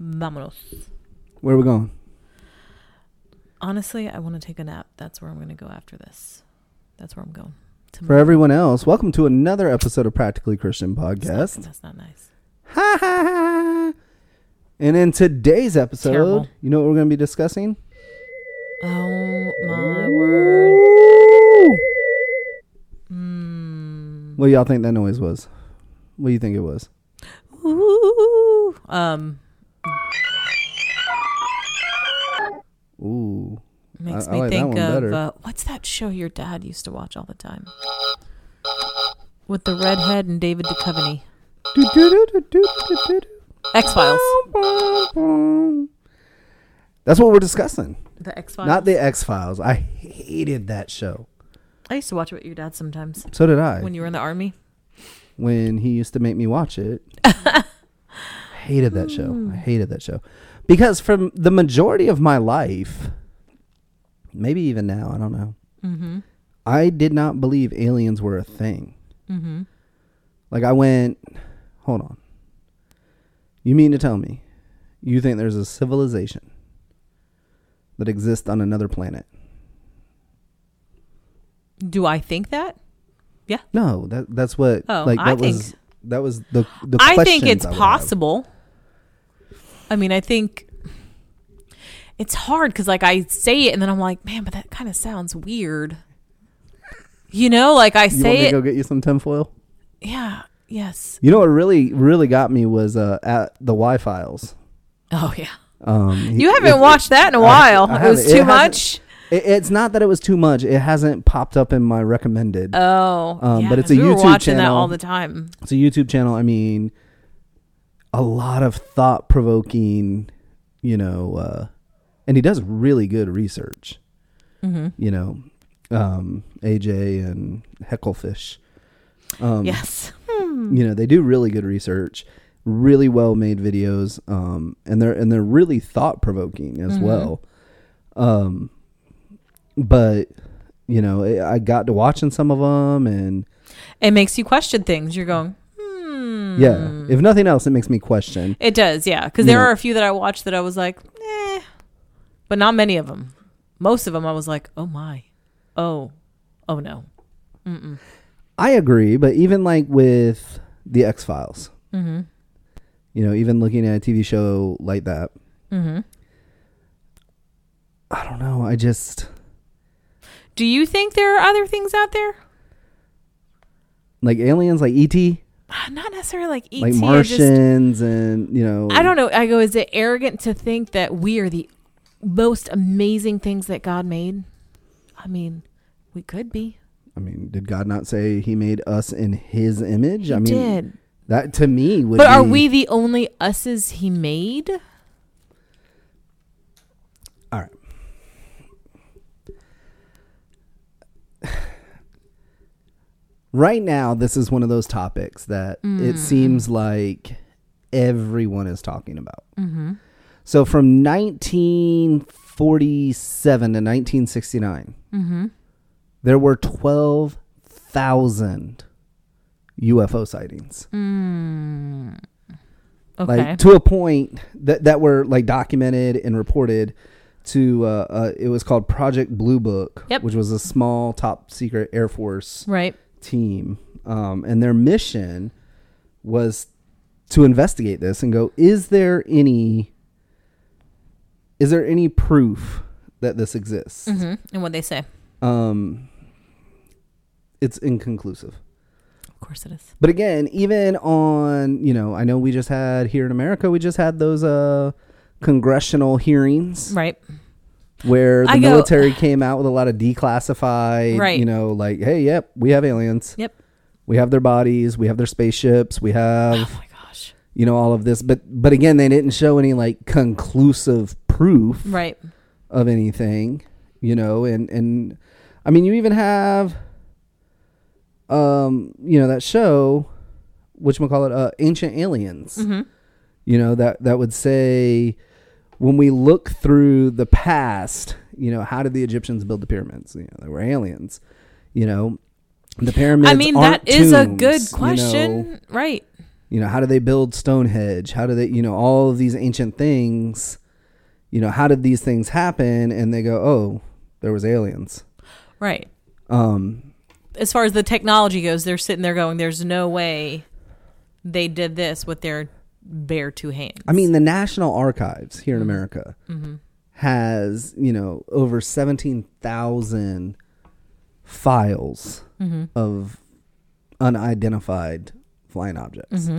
Vámonos. Where are we going? Honestly, I want to take a nap. That's where I'm going to go after this. That's where I'm going. To For my- everyone else, welcome to another episode of Practically Christian That's Podcast. not- That's not nice. Ha ha ha! And in today's episode, Terrible. you know what we're going to be discussing? Oh my word. Woo! Mm. What do y'all think that noise was? What do you think it was? Ooh. Um. Ooh. Makes I me like that think one of better. uh, what's that show your dad used to watch all the time with the redhead and David Duchovny. X Files. That's what we're discussing. The X Files. Not the X Files. I hated that show. I used to watch it with your dad sometimes So did I. when you were in the army. when he used to make me watch it. hated that Hmm. show. I hated that show. Because from the majority of my life, maybe even now, I don't know. Mm-hmm. I did not believe aliens were a thing. Mm-hmm. Like I went, hold on. You mean to tell me you think there's a civilization that exists on another planet? Do I think that? No, that that's what Oh, like that I think- was that was the the I think questions it's I would have. possible. I mean, I think it's hard because, like, I say it and then I'm like, man, but that kind of sounds weird. You know, like I You want say me it. to go get you some tinfoil? yeah. Yes. You know what really really got me was uh at the Y files. Oh yeah. Um, he- You haven't it- watched that in a I- while. I it was haven't. too It hasn't- much. It, it's not that it was too much. It hasn't popped up in my recommended. Oh, Um, yeah, but it's 'cause a we were YouTube watching that channel. all the time. it's a YouTube channel. I mean, a lot of thought provoking, you know, uh, and he does really good research, hmm you know, um, AJ and Hecklefish. Um, Yes. You know, they do really good research, really well made videos. Um, and they're, and they're really thought provoking as Mhm. well. Um, but you know, I I got to watching some of them and It makes you question things. You're going, hmm. yeah, if nothing else, it makes me question. It does, yeah. Because You there know- are a few that I watched that I was like, eh, but not many of them. Most of them I was like, oh my, oh, oh no. Mm-mm. I agree, but even like with the X Files, Mm-hmm. you know, even looking at a TV show like that, Mm-hmm. I don't know. I just Do you think there are other things out there? like aliens, like ET, Ah, Not necessarily like ET. like E I just, Martians, and you know, I don't know. I go, is it arrogant to think that we are the most amazing things that God made? I mean, we could be. I mean, did God not say He made us in His image? He I mean, did. that to me would. But are be- we the only us's he made? All right. Right now, this is one of those topics that Mm. it seems like everyone is talking about. Mm-hmm. So from 1947 to 1969, Mm-hmm. there were 12,000 UFO sightings. Mm. Okay. Like to a point that that were like documented and reported to uh, uh it was called Project Blue Book, Yep. which was a small top secret Air Force right. team. Um, and their mission was to investigate this and go, is there any is there any proof that this exists? hmm And what they say. Um, it's inconclusive. Of course it is. But again, even on you know, I know we just had here in America, we just had those uh congressional hearings Right. where the I go- military came out with a lot of declassified, Right. you know, like, hey, yep, we have aliens. Yep. We have their bodies, we have their spaceships, we have Oh my gosh. you know all of this, but but again, they didn't show any like conclusive proof Right. of anything, you know, and and I mean, you even have um, you know, that show which we call it uh, Ancient Aliens. hmm You know, that that would say when we look through the past, you know, how did the Egyptians build the pyramids? You know, they were aliens. You know, the pyramids I mean, aren't that is a tombs, good you know. question. Right. you know how do they build stonehenge how do they you know all of these ancient things you know how did these things happen and they go oh there was aliens Right. um As far as the technology goes, they're sitting there going, "There's no way they did this with their bare two hands." i mean the national archives here in america has you know over 17,000 files of unidentified flying objects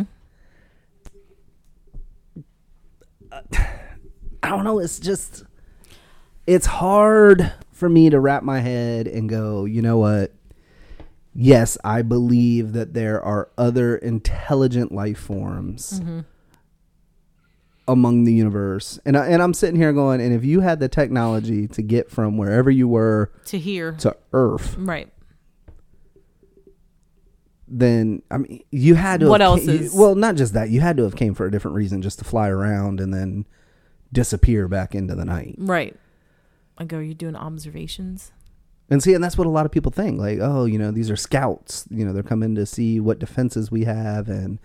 I don't know. It's just, it's hard for me to wrap my head and go, you know what? Yes, I believe that there are other intelligent life forms among the universe. And, I, and I'm sitting here going, and if you had the technology to get from wherever you were to hear. to Earth, right. then I mean, you had to. What have else ca- you- is- well, not just that. You had to have came for a different reason, just to fly around and then disappear back into the night. Right. I go, are you doing observations? And see, and that's what a lot of people think. Like, oh, you know, these are scouts. You know, they're coming to see what defenses we have, and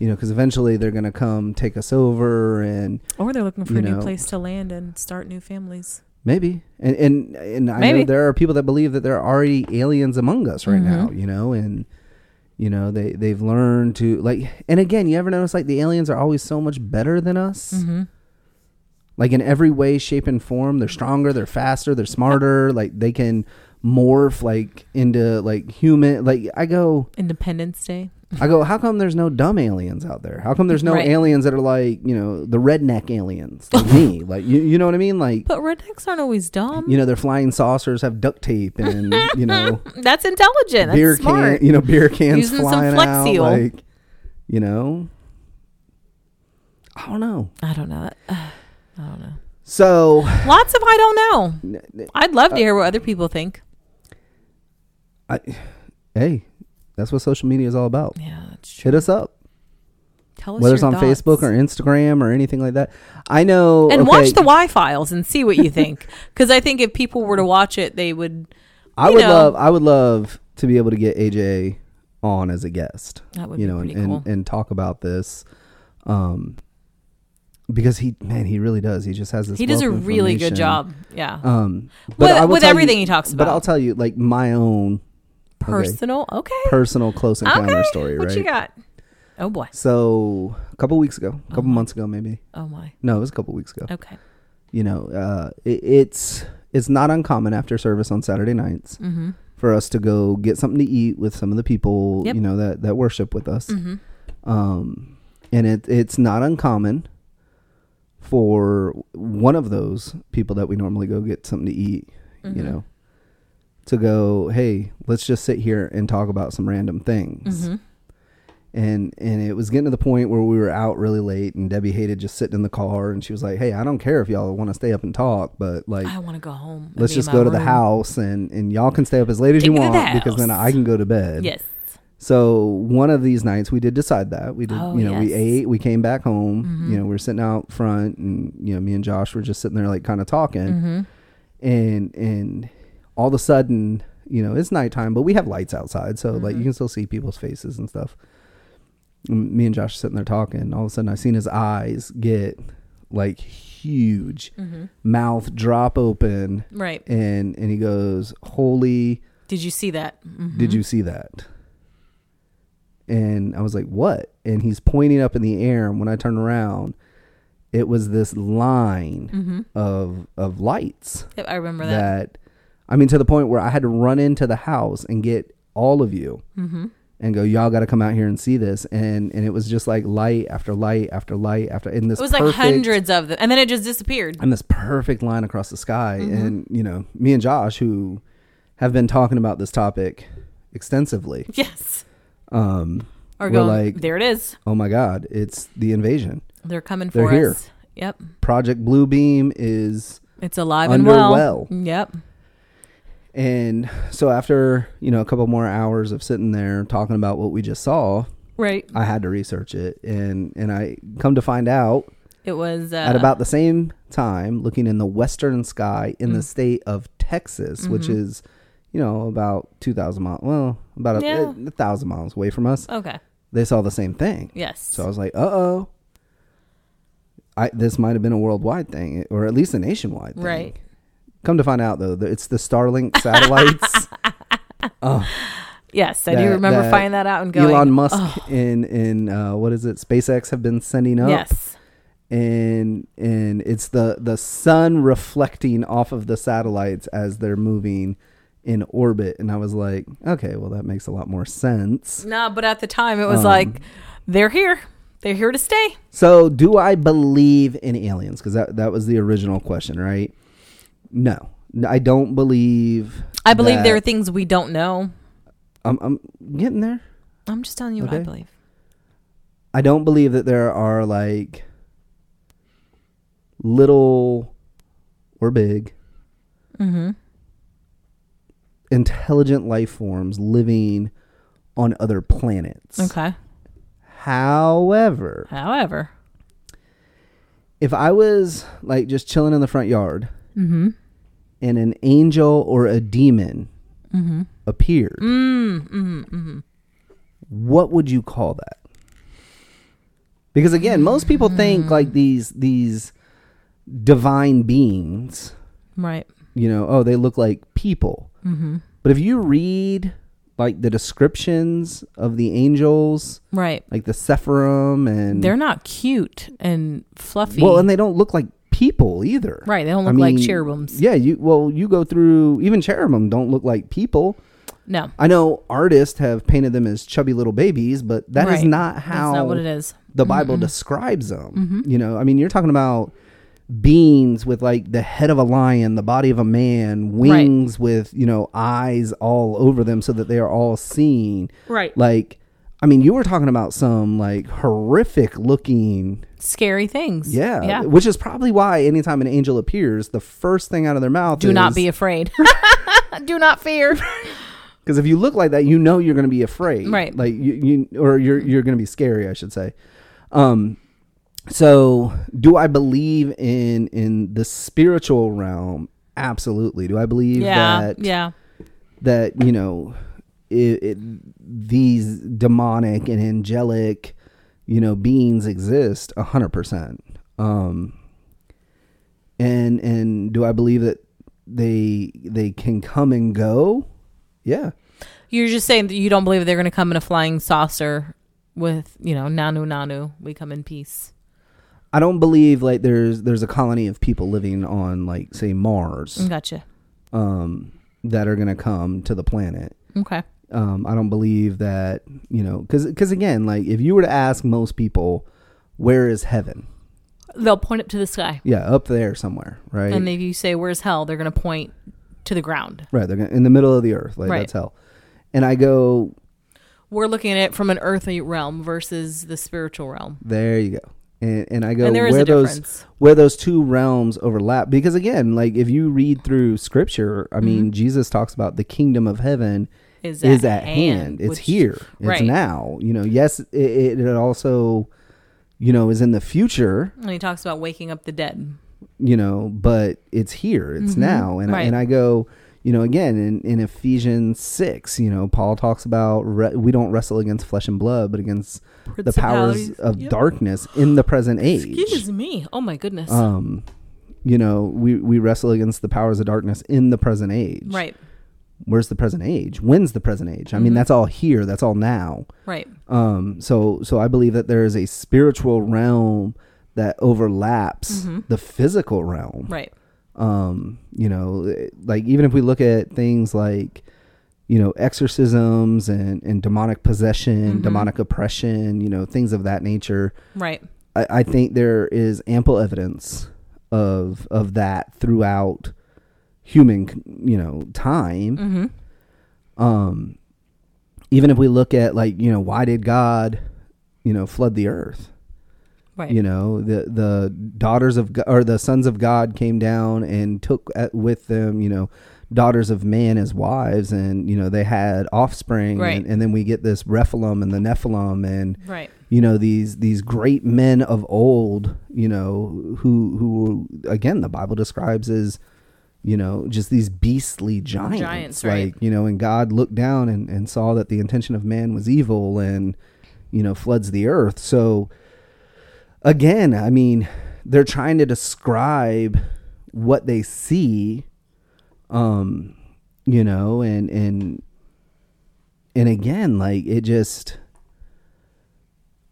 you know, because eventually they're going to come take us over, and Or they're looking for You a new know. place to land and start new families. maybe, and and and I know Maybe. there are people that believe that there are already aliens among us right Mm-hmm. now. You know, and you know they they've learned to like. And again, you ever notice like the aliens are always so much better than us. Mm-hmm. Like in every way, shape, and form, they're stronger, they're faster, they're smarter. Like they can morph like into like human. Like I go, Independence Day. I go, how come there's no dumb aliens out there? How come there's no Right. aliens that are like, you know, the redneck aliens like me? Like, you, you know what I mean? Like, But rednecks aren't always dumb. you know, their flying saucers have duct tape and, you know, That's intelligent. That's beer smart. can, you know, beer cans Using some flying Flex out. Seal. Like, you know, I don't know. I don't know. I don't know. So, Lots of I don't know. I'd uh, love to hear what other people think. I, hey, that's what social media is all about. Yeah, that's true. Hit us up, Tell us whether your it's on thoughts. Facebook or Instagram or anything like that. I know. and okay, watch the Y files and see what you think. Because I think if people were to watch it, they would. I you would know. love I would love to be able to get AJ on as a guest. That would you be know, and, pretty cool. and, and talk about this. Um because he man, he really does. He just has this. He does wealth a of really good information. job. Yeah, Um With- I will with tell everything you- he talks But about. I'll tell you, like my own okay, personal. Okay. personal close encounter okay. story, What right? you got? Oh boy. So a couple weeks ago, a couple months ago maybe. Oh my. No, it was a couple weeks ago. Okay. you know, uh, it, it's it's not uncommon after service on Saturday nights Mm-hmm. for us to go get something to eat with some of the people Yep. you know that that worship with us, Mm-hmm. um, and it it's not uncommon for one of those people that we normally go get something to eat, Mm-hmm. you know, to go, hey, let's just sit here and talk about some random things. Mm-hmm. And and it was getting to the point where we were out really late, and Debbie hated just sitting in the car, and she was like, "Hey, I don't care if y'all want to stay up and talk, but like, I want to go home. and let's be in just my go to the room. house, and and y'all can stay up as late as Take you me to the want because then house." I can go to bed." Yes. So one of these nights we did decide that we did, Oh, you know, we yes. Mm-hmm. ate, we came back home, you know, we were sitting out front and, you know, me and Josh were just sitting there like kind of talking Mm-hmm. and, and all of a sudden, you know, it's nighttime, but we have lights outside. So like Mm-hmm. you can still see people's faces and stuff. And me and Josh are sitting there talking. All of a sudden I seen his eyes get like huge Mm. mouth drop open. Mm-hmm. Right. And, and he goes, holy, Did you see that? Mm. did you see that? And I was like, what? And he's pointing up in the air. And when I turn around, it was this line of of lights Mm-hmm. Yep, I remember that. that, I mean, to the point where I had to run into the house and get all of you Mm-hmm. and go, y'all got to come out here and see this. And and it was just like light after light after light after. In this It was like perfect- hundreds of them, and then it just disappeared. and this perfect line across the sky. Mm-hmm. And, you know, me and Josh, who have been talking about this topic extensively, Yes. um, Or We're going, like- there it is. oh my God, it's the invasion. They're coming They're for here. us. Yep. Project Bluebeam is, It's alive Under and well. well. Yep. and so after, you know, a couple more hours of sitting there talking about what we just saw, Right. I had to research it. And, and I come to find out It was uh, at about the same time, looking in the western sky in the state of Texas, which is, you know, about 2,000 miles, well, about a- Yeah. a, thousand miles away from us. okay. they saw the same thing. Yes. So I was like, uh oh. I, this might have been a worldwide thing, or at least a nationwide thing. Right. Come to find out, though, that it's the Starlink satellites. Oh, Yes, I that- do remember that finding that out and going. Elon Musk "Oh, in in uh, what is it? SpaceX have been sending up. Yes. and and it's the the sun reflecting off of the satellites as they're moving in orbit and i was like okay well that makes a lot more sense No, but at the time it Um, was like they're here. They're here to stay. so do i believe in aliens because that, that was the original question right no N- i don't believe I believe there are that- things we don't know. I'm, I'm getting there I'm just telling you what I Okay. believe. I don't believe that there are like little or big Mm-hmm. intelligent life forms living on other planets. Okay. However, However, if I was like just chilling in the front yard Mm-hmm. and an angel or a demon Mm-hmm. appeared, what would you call that? Because again, most people Hmm. think like these these divine beings, right. Mm-hmm. you know, oh, they look like people. But if you read like the descriptions of the angels, Right. like the Sephirim and They're not cute and fluffy. Well, and they don't look like people either. right. They don't I look like mean, cherubims. Yeah, you well, you go through even cherubim don't look like people. No. I know artists have painted them as chubby little babies, but that is Right. not That's how not what it is. the Bible describes them. Mm-hmm. You know, I mean, you're talking about beings with like the head of a lion, the body of a man, wings with, you know, eyes all over them so that they are all seen. Right. Like I mean, you were talking about some like horrific looking Scary things. yeah, Yeah. which is probably why anytime an angel appears, the first thing out of their mouth Do is, not be afraid. do not fear. because if you look like that, you know you're going to be afraid, Right. Like you, you or you're you're going to be scary, I should say. Um, so do I believe in in the spiritual realm? Absolutely. Do I believe yeah. that yeah. that you know it, it, these demonic and angelic you know beings exist a hundred percent um and and do i believe that they they can come and go yeah You're just saying that you don't believe they're going to come in a flying saucer with, you know, nanu nanu, we come in peace. i don't believe like there's there's a colony of people living on like say mars Gotcha. um that are gonna come to the planet Okay. um, I don't believe that you know because again like if you were to ask most people where is heaven They'll point up to the sky. yeah up there somewhere right And if you say, where's hell, they're going to point to the ground. right they're gonna, in the middle of the earth like Right. that's hell and I go We're looking at it from an earthly realm versus the spiritual realm. there you go and, and I go And there is where a those difference. where those two realms overlap because again like if you read through scripture Mm-hmm. I mean Jesus talks about the kingdom of heaven Is is at at hand, hand, it's which- here it's right. now you know yes it, it, it also you know is in the future And he talks about waking up the dead. you know, but it's here, it's now. And, Mm-hmm. I, right. and I go, you know, again, in, in Ephesians 6, you know, Paul talks about re- we don't wrestle against flesh and blood, but against the powers Principalities. of Yep. darkness in the present age. Excuse me. Oh, my goodness. Um, you know, we, we wrestle against the powers of darkness in the present age. right. Mm-hmm. Where's the present age? When's the present age? I mean, that's all here, that's all now. Right. Um, so so I believe that there is a spiritual realm that overlaps the physical realm Right. um you know like even if we look at things like you know exorcisms and and demonic possession demonic oppression you know things of that nature Right. I, I think there is ample evidence of of that throughout human you know time Mm-hmm. um even if we look at like you know why did god you know flood the earth Right. you know the the daughters of god, or the sons of god came down and took at, with them you know daughters of man as wives and you know they had offspring Right. and, and then we get this rephaim and the nephilim and Right. you know these these great men of old you know who who again the bible describes as you know just these beastly giants, Giants, like right. you know and god looked down and, and saw that the intention of man was evil and you know, floods the earth. So again, I mean, they're trying to describe what they see um you know, and and and again, like it just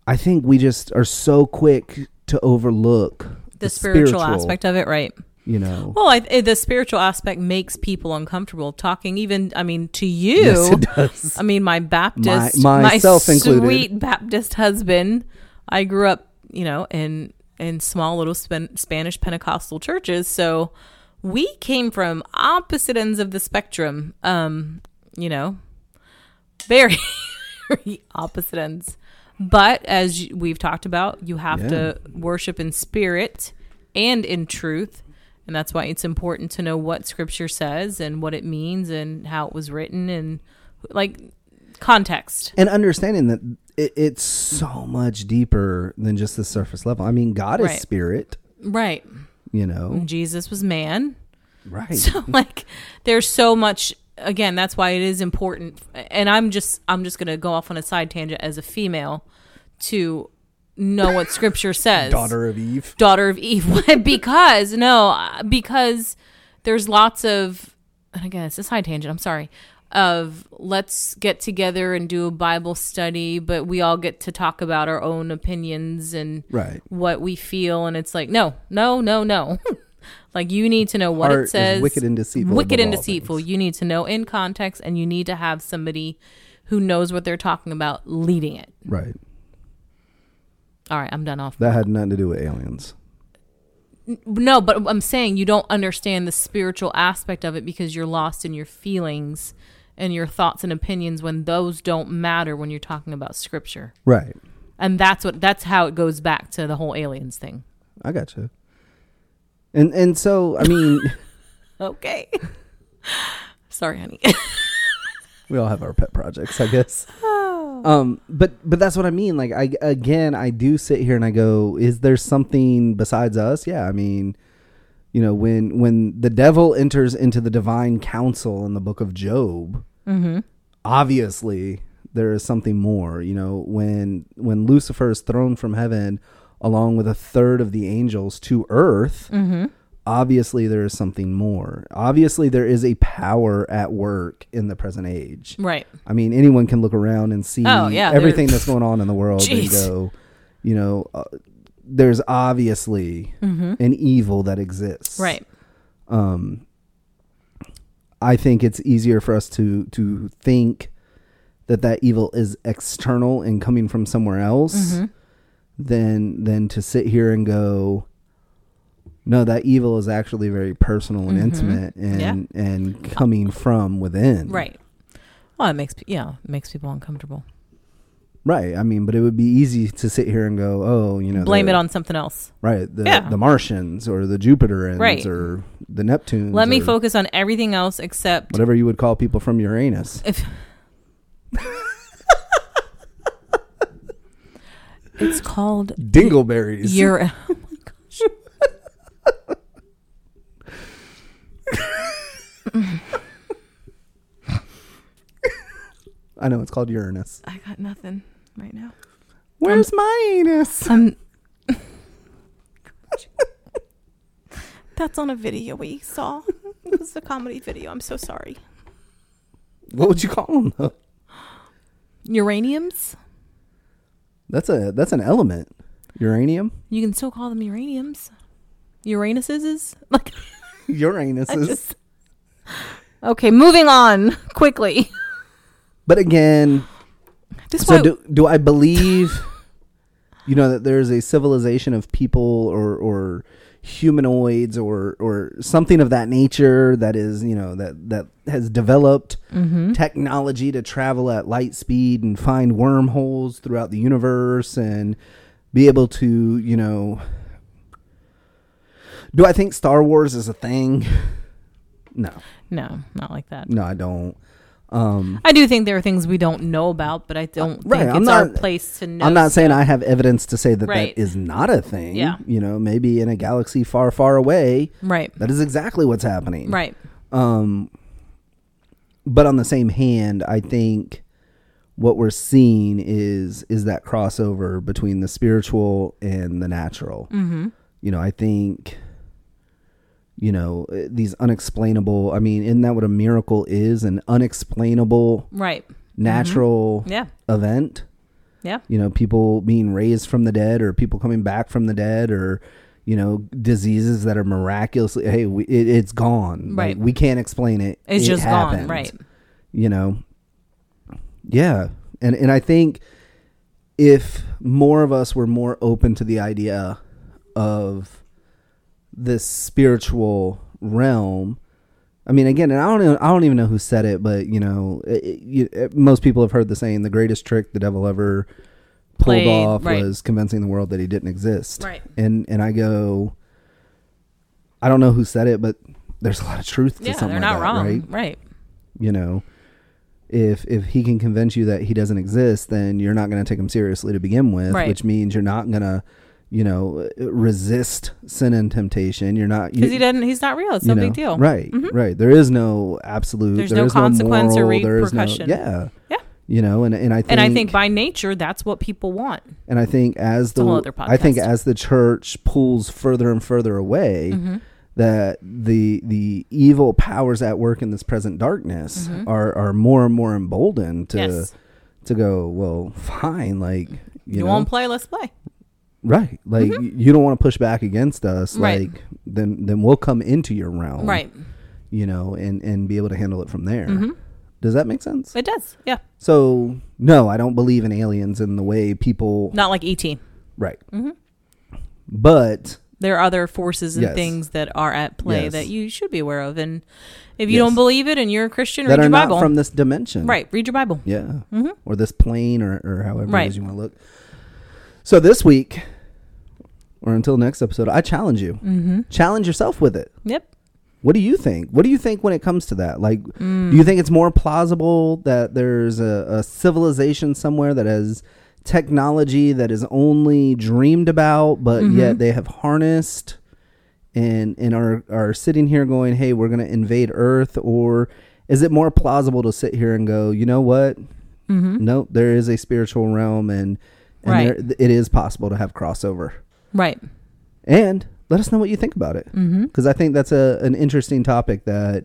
I think we just are so quick to overlook the, spiritual, aspect of it, right? you know. Well, I, eh, the spiritual aspect makes people uncomfortable talking. Even, I mean, to you, Yes, it does. I mean, my Baptist, My- myself my included. sweet Baptist husband. I grew up, you know, in in small little span, Spanish Pentecostal churches, so we came from opposite ends of the spectrum. Um, you know, very very opposite ends. But as y- we've talked about, you have Yeah. to worship in spirit and in truth. And that's why it's important to know what scripture says and what it means and how it was written and like context. and understanding that it, it's so much deeper than just the surface level. I mean, God Right. is spirit, Right. you know, Jesus was man. right? So like there's so much again, that's why it is important and I'm just I'm just going to go off on a side tangent as a female to know what scripture says. Daughter of Eve. daughter of Eve because no uh, because there's lots of and again it's a side tangent I'm sorry of let's get together and do a Bible study but we all get to talk about our own opinions and Right. what we feel and it's like no no no no like you need to know what Heart it is says wicked and deceitful wicked above and all deceitful you need to know in context and you need to have somebody who knows what they're talking about leading it Right. all right I'm done off That had nothing to do with aliens. No, but I'm saying you don't understand the spiritual aspect of it because you're lost in your feelings and your thoughts and opinions when those don't matter when you're talking about scripture. Right. And that's what that's how it goes back to the whole aliens thing. I gotcha. And and so I mean, Okay. Sorry, honey. we all have our pet projects, I guess. Um, but but that's what I mean. Like I again, I do sit here and I go, is there something besides us? Yeah, I mean, you know, when when the devil enters into the divine council in the book of Job, obviously there is something more. You know, when when Lucifer is thrown from heaven along with a third of the angels to earth. Obviously, there is something more. Obviously, there is a power at work in the present age. right. I mean, anyone can look around and see Oh, yeah, everything they're- that's going on in the world and Jeez. go, you know, uh, there's obviously an evil that exists. Mm-hmm. Um, Right. I think it's easier for us to to think that that evil is external and coming from somewhere else Mm-hmm. than than to sit here and go no that evil is actually very personal and intimate and and coming from within Mm-hmm. Right. Well, it makes pe- yeah, it makes people uncomfortable. right i mean but it would be easy to sit here and go oh you know Blame the- it on something else. right the, Yeah. the martians or the jupiterans Right. or the neptunes Let me or focus on everything else except whatever you would call people from uranus If it's called dingleberries your, oh my gosh. i know it's called uranus I got nothing right now. where's my anus Um, that's on a video we saw. It was a comedy video. I'm so sorry. what would you call them though Uraniums. that's a that's an element uranium You can still call them uraniums. Uranuses. Like uranus I is just. Okay, moving on quickly. but again Just so why- do, do i believe you know that there's a civilization of people or or humanoids or or something of that nature that is you know that that has developed technology to travel at light speed and find wormholes throughout the universe and be able to you know do i think star wars is a thing no no, not like that. no i don't um I do think there are things we don't know about, but I don't Uh, Right, think I'm it's our not- place to know. I'm not saying I have evidence to say that Right. that is not a thing. Yeah. You know, maybe in a galaxy far, far away, Right, that is exactly what's happening. right, Um, but on the same hand, I think what we're seeing is is that crossover between the spiritual and the natural. Mm-hmm. You know, I think you know eh, these unexplainable. I mean, isn't that what a miracle is? An unexplainable Right. natural Mm-hmm. Yeah. event. Yeah. You know, people being raised from the dead, or people coming back from the dead, or you know, diseases that are miraculously hey, we, it, it's gone. Like, Right. we can't explain it. It's It just gone. happens Right. you know yeah and and i think if more of us were more open to the idea of this spiritual realm i mean again and i don't even, i don't even know who said it but you know it, it- you, it- most people have heard the saying the greatest trick the devil ever pulled Played, off right. was convincing the world that he didn't exist Right. and and i go i don't know who said it but there's a lot of truth to Yeah. something They're like not that, wrong. right right. you know if if he can convince you that he doesn't exist then you're not going to take him seriously to begin with Right. which means you're not going to you know resist sin and temptation you're not Because he doesn't. He's not real. It's no you know, big deal. right Mhm. right there is no absolute There's there no is consequence or moral, there is no- repercussion. yeah Yeah. you know and and i think And I think by nature, that's what people want. and I think as a the whole other I think podcast. as the church pulls further and further away, Mm-hmm. that the the evil powers at work in this present darkness are are more and more emboldened to Mm-hmm. Yes. to go. Well, fine, like you, You, know, won't play. Let's play. right? Like y- you don't want to push back against us. Mm-hmm. Right. Like then then we'll come into your realm, Right. Mm-hmm. You know, and and be able to handle it from there. Does that make sense? It does. Yeah. So no, I don't believe in aliens in the way people Not like E ET. right. Mm-hmm. But there are other forces and Yes. things that are at play Yes. that you should be aware of. And if you Yes. don't believe it and you're a Christian, that read are your not Bible. from this dimension. right, read your Bible. Yeah. Or this plane or, or however it Right. is you want to look. So this week, or until next episode, I challenge you. Mm-hmm. Challenge yourself with it. Yep. What do you think? What do you think when it comes to that? Like, do you think it's more plausible that there's a, a civilization somewhere that has technology that is only dreamed about, but yet they have harnessed and and are are sitting here going, "Hey, we're going to invade Earth," or is it more plausible to sit here and go, "You know what? Nope, there is a spiritual realm, and and Right. there, it is possible to have crossover." Right. Mm-hmm. and let us know what you think about it because I think that's a an interesting topic that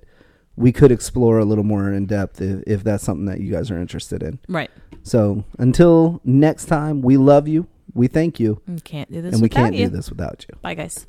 we could explore a little more in depth if, if that's something that you guys are interested in. Right. So until next time, we love you, we thank you, You can't do this and we without can't you. do this without you. Bye, guys.